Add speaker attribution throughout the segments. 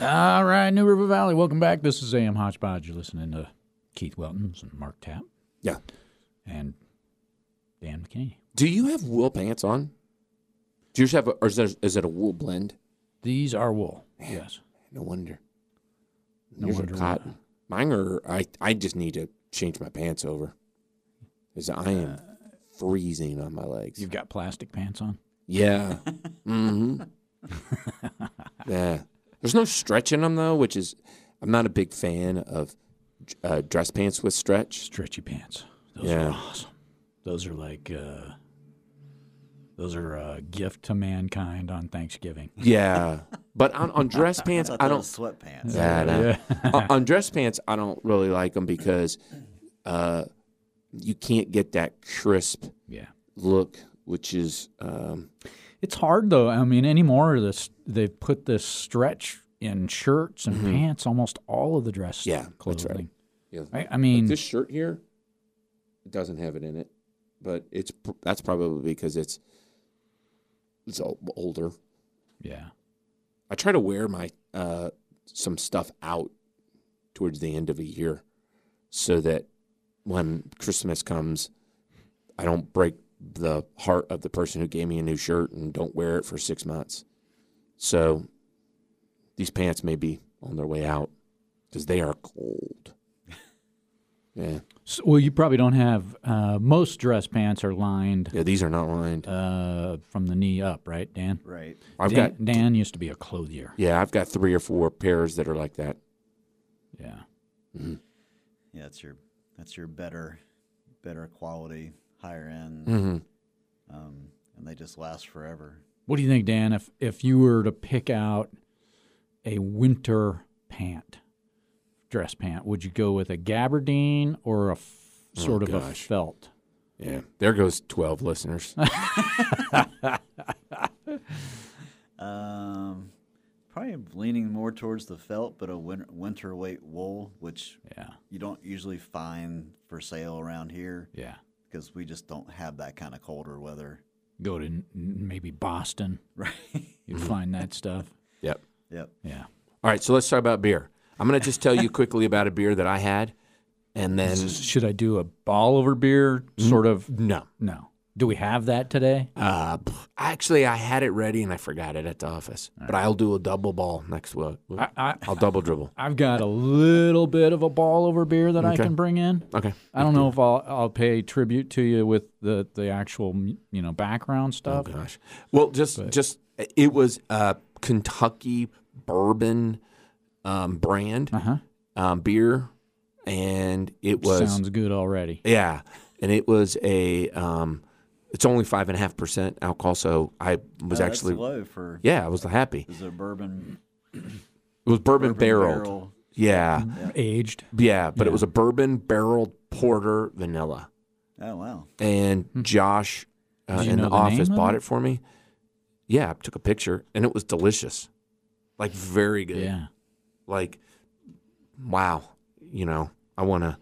Speaker 1: All right, New River Valley, welcome back. This is AM Hodgepodge. You're listening to Keith Welton and Mark Tapp
Speaker 2: Yeah.
Speaker 1: and Dan McKinney.
Speaker 2: Do you have wool pants on? Do you just have, a, or is, there, is it a wool blend?
Speaker 1: These are wool. Yes.
Speaker 2: No wonder.
Speaker 1: No
Speaker 2: Yours are
Speaker 1: wonder.
Speaker 2: cotton. Mine are. I I just need to change my pants over, because I am freezing on my legs.
Speaker 1: You've got plastic pants on.
Speaker 2: Yeah. mm-hmm. yeah. There's no stretch in them though, which is I'm not a big fan of uh, dress pants with stretch.
Speaker 1: Stretchy pants. Those
Speaker 2: Yeah.
Speaker 1: are awesome. Those are like uh those are a gift to mankind on Thanksgiving.
Speaker 2: Yeah. But on, on dress pants, I
Speaker 3: I
Speaker 2: don't
Speaker 3: don't sweatpants.
Speaker 2: Yeah, no. on, on dress pants, I don't really like them because uh, you can't get that crisp
Speaker 1: Yeah.
Speaker 2: look, which is um,
Speaker 1: It's hard though. I mean, anymore this they've put this stretch in shirts and pants almost all of the dress
Speaker 2: Mm-hmm. Yeah, that's right.
Speaker 1: clothing.
Speaker 2: yeah.
Speaker 1: I, I mean,
Speaker 2: this shirt here it doesn't have it in it, but it's pr- that's probably because it's it's o- older.
Speaker 1: yeah.
Speaker 2: I try to wear my uh, some stuff out towards the end of a year, so that when Christmas comes, I don't break the heart of the person who gave me a new shirt and don't wear it for six months. So these pants may be on their way out because they are cold. yeah,
Speaker 1: So, well, you probably don't have uh, most dress pants are lined
Speaker 2: yeah, these are not lined.
Speaker 1: uh, from the knee up, right, Dan?
Speaker 3: Right.
Speaker 2: I've
Speaker 1: Dan,
Speaker 2: got
Speaker 1: Dan used to be a clothier.
Speaker 2: yeah, I've got three or four pairs that are like that.
Speaker 1: Yeah.
Speaker 3: Yeah, that's your that's your better better quality, higher end, um, and they just last forever.
Speaker 1: What do you think, Dan? If if you were to pick out a winter pant, dress pant, would you go with a gabardine or a f- sort of a
Speaker 2: gosh.
Speaker 1: felt?
Speaker 2: Yeah, there goes twelve listeners.
Speaker 3: Um, probably leaning more towards the felt, but a winter, winter weight wool, which
Speaker 1: Yeah,
Speaker 3: you don't usually find for sale around here
Speaker 1: yeah.
Speaker 3: because we just don't have that kind of colder weather.
Speaker 1: Go to n- maybe Boston,
Speaker 3: Right.
Speaker 1: you'd find that stuff.
Speaker 2: yep.
Speaker 3: yep. Uh,
Speaker 1: Yeah.
Speaker 2: All right, so let's talk about beer. I'm going to just tell you quickly about a beer that I had, and then
Speaker 1: Should I do a ball over beer? Sort of.
Speaker 2: no.
Speaker 1: Mm-hmm. No. Do we have that today?
Speaker 2: Uh, p- actually, I had it ready and I forgot it at the office. But I'll do a double ball next week.
Speaker 1: I, I
Speaker 2: I'll double dribble.
Speaker 1: I've got a little bit of a ball over beer that I
Speaker 2: Okay.
Speaker 1: can bring in.
Speaker 2: Okay.
Speaker 1: I don't know if I'll I'll pay tribute to you with the the actual you know background
Speaker 2: Oh
Speaker 1: stuff.
Speaker 2: gosh. Well, just just it was a Kentucky bourbon um, brand
Speaker 3: Uh-huh.
Speaker 1: Uh huh.
Speaker 2: um, beer, and it was
Speaker 1: Sounds good already.
Speaker 2: Yeah, and it was a. Um, it's only five and a half percent alcohol, so I was
Speaker 3: Oh,
Speaker 2: actually.
Speaker 3: that's low for
Speaker 2: Yeah, I was happy.
Speaker 3: is a bourbon,
Speaker 2: It was bourbon,
Speaker 3: bourbon
Speaker 2: barreled.
Speaker 3: barrel.
Speaker 2: Yeah,
Speaker 1: Aged.
Speaker 2: yeah, but it was a bourbon barreled porter vanilla.
Speaker 3: Oh wow.
Speaker 2: And Josh uh,
Speaker 1: Hmm. Did you
Speaker 2: in
Speaker 1: know
Speaker 2: the,
Speaker 1: the
Speaker 2: office
Speaker 1: name of
Speaker 2: bought
Speaker 1: it?
Speaker 2: it for me. Yeah, I took a picture, and it was delicious, like very good.
Speaker 1: Yeah.
Speaker 2: Like, wow, you know, I want to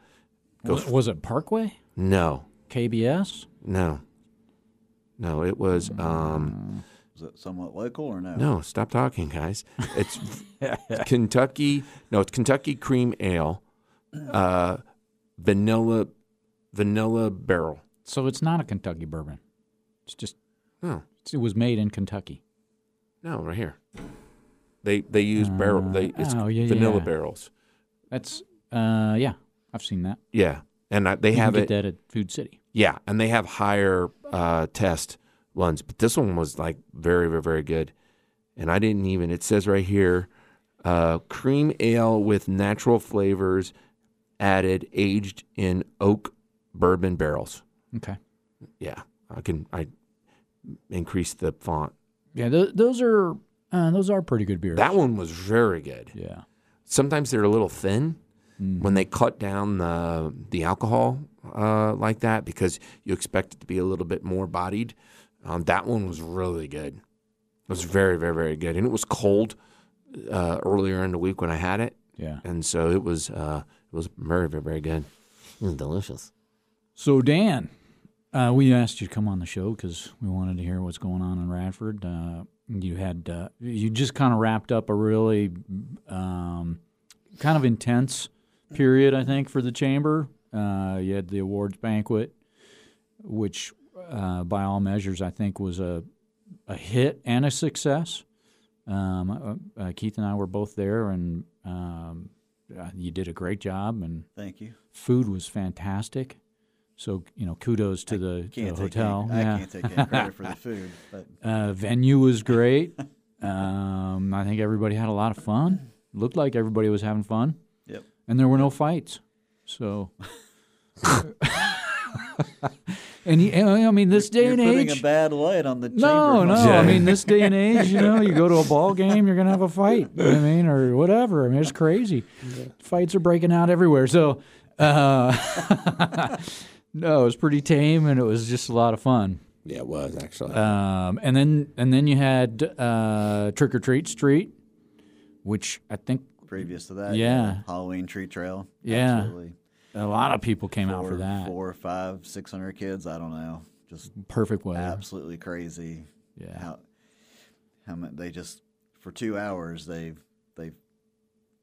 Speaker 2: go.
Speaker 1: Was,
Speaker 2: f-
Speaker 1: was it Parkway?
Speaker 2: no,
Speaker 1: KBS?
Speaker 2: no, no. It was.
Speaker 1: Mm.
Speaker 2: um
Speaker 3: Is it somewhat local or no?
Speaker 2: No, stop talking, guys. It's Kentucky. No, it's Kentucky cream ale, uh, vanilla, vanilla barrel.
Speaker 1: So it's not a Kentucky bourbon. It's just
Speaker 2: No,
Speaker 1: it's- it was made in Kentucky.
Speaker 2: no, right here. They they use barrel. They it's
Speaker 1: oh, yeah,
Speaker 2: vanilla
Speaker 1: yeah.
Speaker 2: barrels.
Speaker 1: That's uh yeah. I've seen that.
Speaker 2: Yeah, and I, they
Speaker 1: You
Speaker 2: have
Speaker 1: can
Speaker 2: it.
Speaker 1: get that at Food City.
Speaker 2: Yeah, and they have higher uh, test ones, but this one was like very very very good. And I didn't even. It says right here, uh, cream ale with natural flavors added, aged in oak bourbon barrels.
Speaker 1: Okay.
Speaker 2: Yeah, I can I increase the font.
Speaker 1: Yeah, th- those are uh, those are pretty good beers.
Speaker 2: That one was very good.
Speaker 1: yeah.
Speaker 2: Sometimes they're a little thin when they cut down the the alcohol uh, like that because you expect it to be a little bit more bodied. Um, that one was really good. It was very very very good, and it was cold uh, earlier in the week when I had it,
Speaker 1: Yeah.
Speaker 2: and so it was uh, it was very very very good. It was delicious.
Speaker 1: So Dan, uh, we asked you to come on the show because we wanted to hear what's going on in Radford. Uh, You had uh, you just kind of wrapped up a really um, kind of intense period, I think, for the chamber. Uh, you had the awards banquet, which, uh, by all measures, I think was a a hit and a success. Um, uh, uh, Keith and I were both there, and um, uh, you did a great job. And
Speaker 3: Thank you.
Speaker 1: food was fantastic. So you know, kudos to the, to the
Speaker 3: Can't take
Speaker 1: hotel.
Speaker 3: Any,
Speaker 1: yeah.
Speaker 3: I can't take any credit for the food, but
Speaker 1: Uh, venue was great. um, I think everybody had a lot of fun. Looked like everybody was having fun,
Speaker 3: yep.
Speaker 1: and there were no fights. So, and you, and, I mean, this day
Speaker 3: You're
Speaker 1: and
Speaker 3: putting
Speaker 1: age,
Speaker 3: a bad light on the
Speaker 1: no,
Speaker 3: chamber.
Speaker 1: no.
Speaker 3: function.
Speaker 1: I mean, this day and age, you know, you go to a ball game, you're gonna have a fight. I mean, or whatever. I mean, it's crazy. Fights are breaking out everywhere. So, uh, no, it was pretty tame, and it was just a lot of fun.
Speaker 2: Yeah, it was actually.
Speaker 1: Um, and then and then you had uh, Trick or Treat Street, which I think
Speaker 3: Previous to that,
Speaker 1: Yeah.
Speaker 3: Halloween tree trail.
Speaker 1: Yeah.
Speaker 3: Absolutely.
Speaker 1: a lot of people came out
Speaker 3: Four-
Speaker 1: for that.
Speaker 3: Four, five, six hundred kids. I don't know. Just
Speaker 1: Perfect weather.
Speaker 3: absolutely crazy.
Speaker 1: Yeah.
Speaker 3: How how mu- they just for two hours they they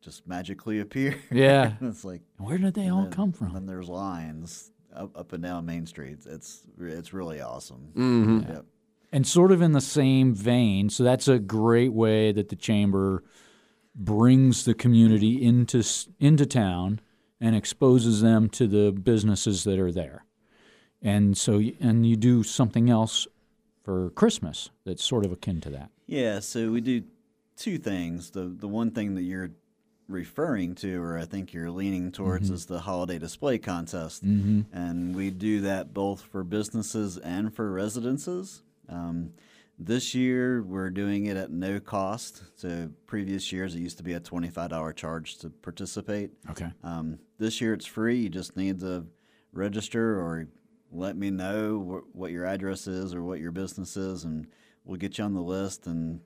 Speaker 3: just magically appear.
Speaker 1: Yeah.
Speaker 3: it's like
Speaker 1: Where did they all
Speaker 3: then-
Speaker 1: come from?
Speaker 3: Then there's lines up, up and down Main streets. It's re- it's really awesome.
Speaker 2: hmm
Speaker 3: Yep.
Speaker 1: And sort of in the same vein, so that's a great way that the chamber brings the community into s- into town and exposes them to the businesses that are there. And so y- and you do something else for Christmas that's sort of akin to that.
Speaker 3: Yeah, so we do two things. The the one thing that you're referring to, or I think you're leaning towards, is the holiday display contest, and we do that both for businesses and for residences. Um, this year, we're doing it at no cost. So previous years, it used to be a twenty five dollar charge to participate.
Speaker 1: Okay.
Speaker 3: Um, this year it's free. You just need to register or let me know wh- what your address is or what your business is, and we'll get you on the list. And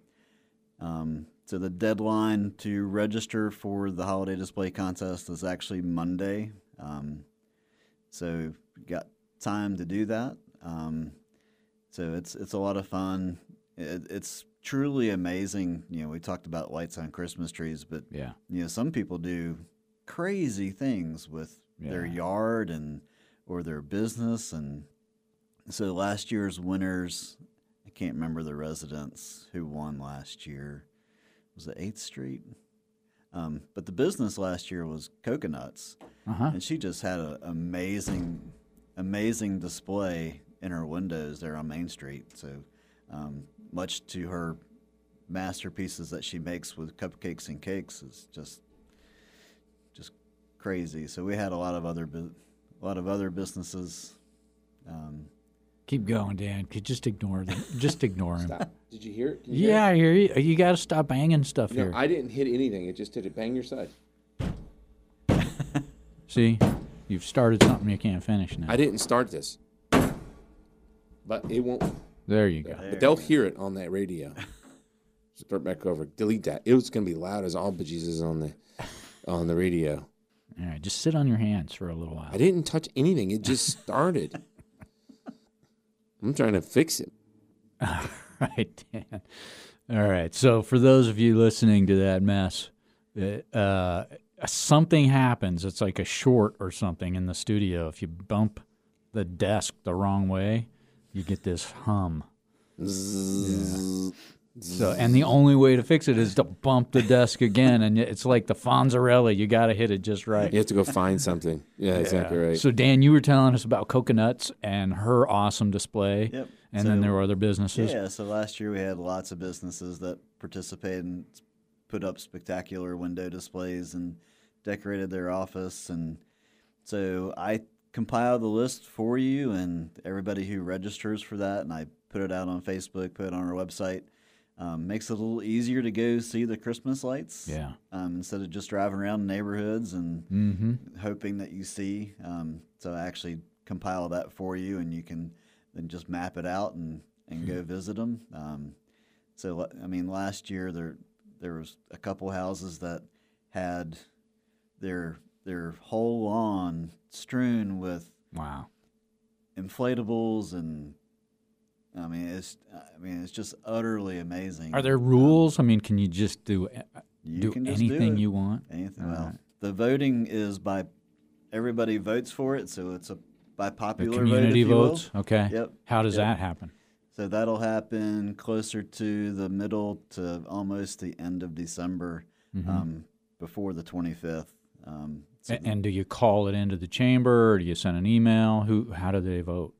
Speaker 3: um, so the deadline to register for the holiday display contest is actually Monday. Um, so you got time to do that. Um, so it's it's a lot of fun. It, it's truly amazing. You know, we talked about lights on Christmas trees, but
Speaker 1: Yeah.
Speaker 3: you know some people do crazy things with their
Speaker 1: Yeah.
Speaker 3: yard and or their business and so last year's winners i can't remember the residents who won last year was it 8th street um, but the business last year was coconuts
Speaker 1: Uh-huh.
Speaker 3: and she just had an amazing, amazing display in her windows there on Main Street. So, um, much to her masterpieces that she makes with cupcakes and cakes is just, just crazy. So we had a lot of other, bu- a lot of other businesses. Um,
Speaker 1: Keep going, Dan. Could just ignore them. Just ignore him.
Speaker 4: Did you hear it? Can you hear
Speaker 1: Yeah, I hear you. You got to stop banging stuff
Speaker 4: it?
Speaker 1: here.
Speaker 4: No, I didn't hit anything. It just did it. Bang your side.
Speaker 1: See, you've started something you can't finish now.
Speaker 2: I didn't start this,
Speaker 4: But it won't.
Speaker 1: there you go.
Speaker 2: but they'll hear it on that radio. Start back over. Delete that. It was gonna be loud as all bejesus on the on the radio.
Speaker 1: All right, just sit on your hands for a little while.
Speaker 2: I didn't touch anything. It just started. I'm trying to fix it.
Speaker 1: right, Dan. All right. So, for those of you listening to that mess, uh, uh, something happens. It's like a short or something in the studio. If you bump the desk the wrong way, you get this hum. So, and the only way to fix it is to bump the desk again, and it's like the Fonzarelli. You got to hit it just right.
Speaker 2: You have to go find something. Yeah, exactly right.
Speaker 1: So Dan, you were telling us about coconuts and her awesome display,
Speaker 3: Yep.
Speaker 1: and then
Speaker 3: So-
Speaker 1: there were other businesses.
Speaker 3: Yeah, so last year we had lots of businesses that participated and s- put up spectacular window displays and decorated their office. And so I compiled the list for you and everybody who registers for that, and I put it out on Facebook, put it on our website. Um, makes it a little easier to go see the Christmas lights
Speaker 1: Yeah.
Speaker 3: um, instead of just driving around neighborhoods and
Speaker 1: Mm-hmm.
Speaker 3: hoping that you see. Um, so I actually compile that for you, and you can then just map it out and, and
Speaker 1: Hmm.
Speaker 3: go visit them. Um, so l- I mean, last year there there was a couple houses that had their their whole lawn strewn with
Speaker 1: Wow.
Speaker 3: inflatables and I mean, it's I mean, it's just utterly amazing.
Speaker 1: Are there rules? I mean, can you just do uh,
Speaker 3: You
Speaker 1: do
Speaker 3: can just do
Speaker 1: anything
Speaker 3: it.
Speaker 1: you want?
Speaker 3: Anything? Well, the voting is by everybody votes for it, so it's a by
Speaker 1: The
Speaker 3: popular vote, if
Speaker 1: community
Speaker 3: you will.
Speaker 1: votes. Okay.
Speaker 3: Yep.
Speaker 1: How does
Speaker 3: Yep.
Speaker 1: that happen?
Speaker 3: So that'll happen closer to the middle to almost the end of December,
Speaker 1: Mm-hmm.
Speaker 3: um, before the 25th. Um, so
Speaker 1: A- And, do you call it into the chamber, or do you send an email? Who? How do they vote?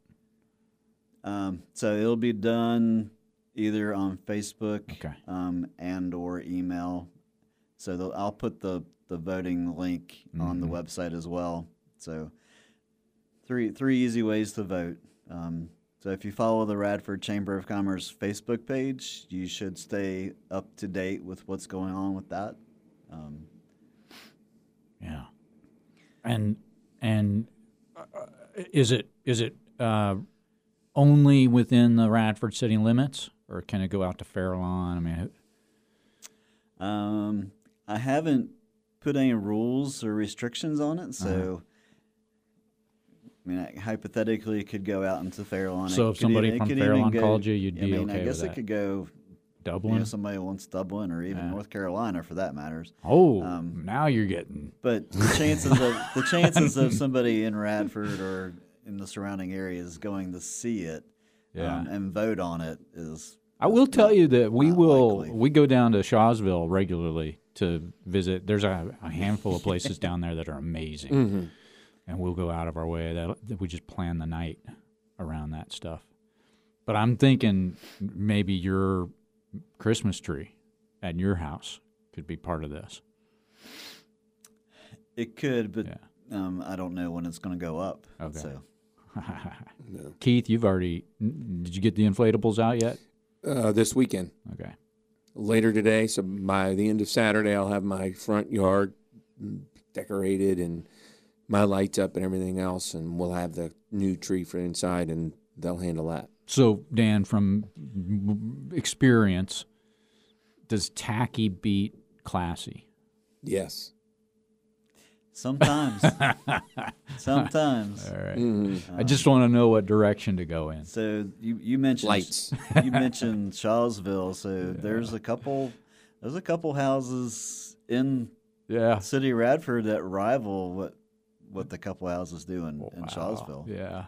Speaker 3: Um, so it'll be done either on Facebook
Speaker 1: Okay.
Speaker 3: um, and or email. So they'll- I'll put the, the voting link on the website as well. So three three easy ways to vote. Um, so if you follow the Radford Chamber of Commerce Facebook page, you should stay up to date with what's going on with that. Um,
Speaker 1: Yeah. And and uh, is it is it uh, only within the Radford city limits, or can it go out to Fairlawn? I mean,
Speaker 3: Um, I haven't put any rules or restrictions on it,
Speaker 1: Uh-huh.
Speaker 3: so I mean, I, hypothetically, it could go out into Fairlawn.
Speaker 1: So
Speaker 3: It
Speaker 1: if
Speaker 3: could
Speaker 1: somebody
Speaker 3: even- it
Speaker 1: from
Speaker 3: could even
Speaker 1: Fairlawn
Speaker 3: go-
Speaker 1: called you, you'd
Speaker 3: I
Speaker 1: be
Speaker 3: mean,
Speaker 1: okay
Speaker 3: I
Speaker 1: with
Speaker 3: guess it
Speaker 1: that.
Speaker 3: could go. You
Speaker 1: Dublin.
Speaker 3: know, somebody wants Dublin or even North Carolina for that matters.
Speaker 1: oh,
Speaker 3: um,
Speaker 1: now you're getting
Speaker 3: But the chances of the chances of somebody in Radford or in the surrounding areas going to see it
Speaker 1: Yeah.
Speaker 3: um, and vote on it is
Speaker 1: I will tell you that we
Speaker 3: not
Speaker 1: will
Speaker 3: likely.
Speaker 1: we go down to Shawsville regularly to visit. There's a, a handful of places down there that are amazing,
Speaker 3: Mm-hmm.
Speaker 1: and we'll go out of our way that that we just plan the night around that stuff. But I'm thinking maybe your Christmas tree at your house could be part of this.
Speaker 3: it could, but
Speaker 1: Yeah.
Speaker 3: um, I don't know when it's going to go up.
Speaker 1: Okay.
Speaker 3: So.
Speaker 1: Keith, you've already n- did you get the inflatables out yet?
Speaker 2: Uh, this weekend,
Speaker 1: Okay.
Speaker 2: later today, so by the end of Saturday, I'll have my front yard decorated and my lights up and everything else, and we'll have the new tree for inside, and they'll handle that.
Speaker 1: So, Dan, from experience, does tacky beat classy?
Speaker 2: Yes.
Speaker 3: Sometimes. Sometimes.
Speaker 1: All right. I just want to know what direction to go in.
Speaker 3: So you, you mentioned
Speaker 2: Lights.
Speaker 3: you mentioned Shawsville. So there's a couple there's a couple houses in
Speaker 1: Yeah.
Speaker 3: City Radford that rival what what the couple houses do in, in
Speaker 1: Oh,
Speaker 3: Shawsville.
Speaker 1: Yeah.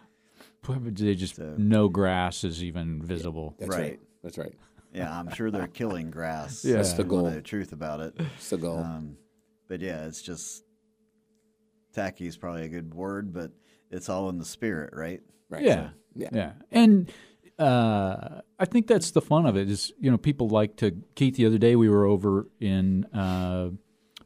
Speaker 1: But They just
Speaker 3: So-
Speaker 1: no grass is even visible.
Speaker 2: That's right.
Speaker 3: Right.
Speaker 2: That's right.
Speaker 3: Yeah, I'm sure they're killing grass.
Speaker 1: Yeah. That's
Speaker 2: the
Speaker 3: if you wanna
Speaker 2: goal.
Speaker 3: know truth about it.
Speaker 2: It's the goal.
Speaker 3: Um, but yeah, it's just tacky is probably a good word, but it's all in the spirit, right?
Speaker 2: right.
Speaker 1: Yeah.
Speaker 2: Yeah.
Speaker 1: Yeah. And uh, I think that's the fun of it is, you know, people like to. Keith, the other day we were over in uh,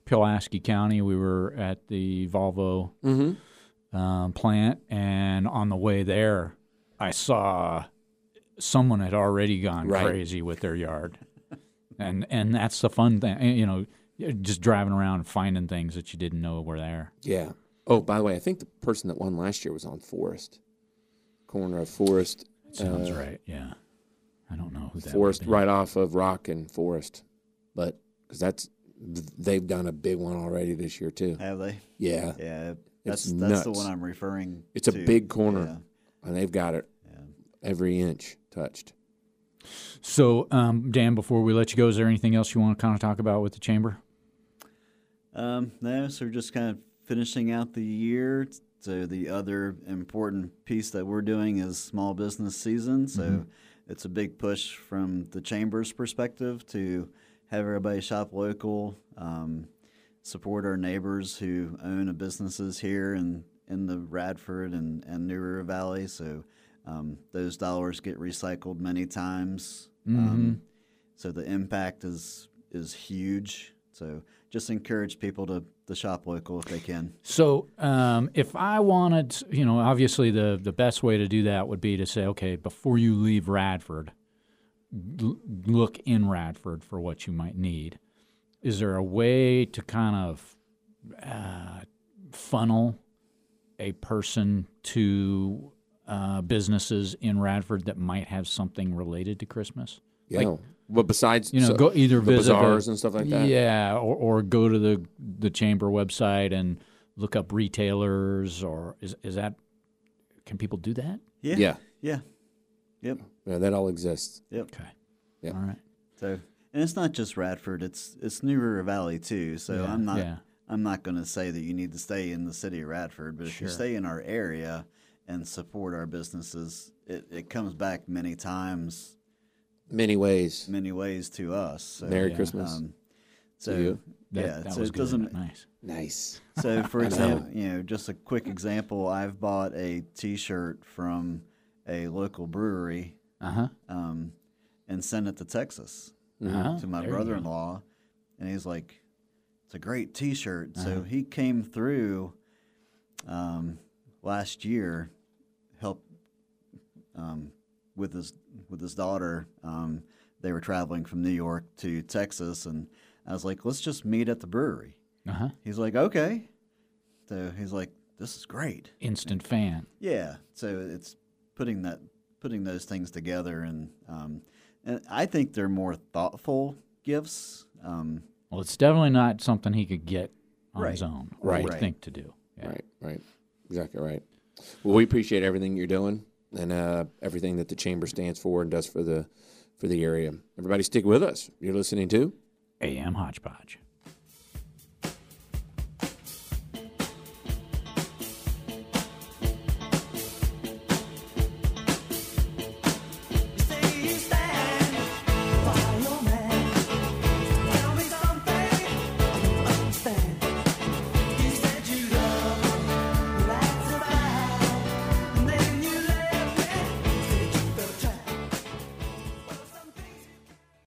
Speaker 1: Pulaski County. We were at the Volvo
Speaker 2: Mm-hmm.
Speaker 1: um, plant. And on the way there, I saw someone had already gone
Speaker 2: Right.
Speaker 1: crazy with their yard. and and that's the fun thing, eh, you know, just driving around and finding things that you didn't know were there.
Speaker 2: Yeah. Oh, by the way, I think the person that won last year was on Forest, corner of Forest,
Speaker 1: Sounds right. Yeah. I don't know who that
Speaker 2: Forest,
Speaker 1: would be.
Speaker 2: right off of Rock and Forest, but because that's they've done a big one already this year too.
Speaker 3: Have they?
Speaker 2: Yeah,
Speaker 3: Yeah. That's
Speaker 2: It's
Speaker 3: that's the
Speaker 2: nuts.
Speaker 3: one I'm referring
Speaker 2: it's a
Speaker 3: to.
Speaker 2: big corner,
Speaker 3: Yeah.
Speaker 2: and they've got it every inch touched.
Speaker 1: So, um, Dan, before we let you go, is there anything else you want to kind of talk about with the chamber?
Speaker 3: Um, no, so we're just kind of finishing out the year. So the other important piece that we're doing is small business season. So it's a big push from the chamber's perspective to have everybody shop local, um, support our neighbors who own businesses here and in the Radford and, and New River Valley. So um, those dollars get recycled many times. Um, so the impact is is huge. So just encourage people to, to shop local if they can.
Speaker 1: So, um, if I wanted, you know, obviously the the best way to do that would be to say, okay, before you leave Radford, l- look in Radford for what you might need. Is there a way to kind of uh, funnel a person to uh, businesses in Radford that might have something related to Christmas?
Speaker 2: Yeah. but besides,
Speaker 1: you know,
Speaker 2: so-
Speaker 1: go either
Speaker 2: the
Speaker 1: visit
Speaker 2: bazaars and stuff like that.
Speaker 1: Yeah, or, or go to the the chamber website and look up retailers, or is is that can people do that?
Speaker 3: Yeah.
Speaker 2: Yeah.
Speaker 3: Yeah. Yep.
Speaker 2: Yeah, that all exists.
Speaker 3: Yep.
Speaker 1: Okay.
Speaker 2: Yeah.
Speaker 1: All right.
Speaker 3: So, and it's not just Radford; it's it's New River Valley too. So
Speaker 1: Yeah,
Speaker 3: I'm not
Speaker 1: yeah.
Speaker 3: I'm not going to say that you need to stay in the city of Radford, but if you stay in our area and support our businesses, it, it comes back many times,
Speaker 2: Many ways.
Speaker 3: many ways to us. So, um,
Speaker 2: Merry Christmas.
Speaker 3: so
Speaker 2: to you.
Speaker 1: That,
Speaker 3: yeah,
Speaker 1: that
Speaker 3: so
Speaker 1: was
Speaker 3: it
Speaker 1: good.
Speaker 3: doesn't
Speaker 1: Nice.
Speaker 2: nice.
Speaker 3: So, for example, you know, just a quick example, I've bought a T-shirt from a local brewery
Speaker 1: Uh huh.
Speaker 3: um, and sent it to Texas
Speaker 1: Uh-huh.
Speaker 3: to my
Speaker 1: There you go.
Speaker 3: brother-in-law, and he's like, "It's a great T-shirt."
Speaker 1: Uh-huh.
Speaker 3: So he came through um, last year, helped um, with his with his daughter. Um, they were traveling from New York to Texas, and I was like, "Let's just meet at the brewery."
Speaker 1: Uh-huh.
Speaker 3: He's like, okay. So he's like, this is great.
Speaker 1: Instant fan.
Speaker 3: Yeah. So it's putting that putting those things together, and um, and I think they're more thoughtful gifts. Um,
Speaker 1: Well, it's definitely not something he could get on his
Speaker 3: Right.
Speaker 1: own.
Speaker 2: Right.
Speaker 1: Or
Speaker 3: Right.
Speaker 1: think to do. Yeah.
Speaker 2: Right, right. Exactly right. Well, we appreciate everything you're doing and uh, everything that the chamber stands for and does for the for the area. Everybody stick with us. You're listening to
Speaker 1: AM Hodgepodge.